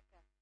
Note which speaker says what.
Speaker 1: czeka.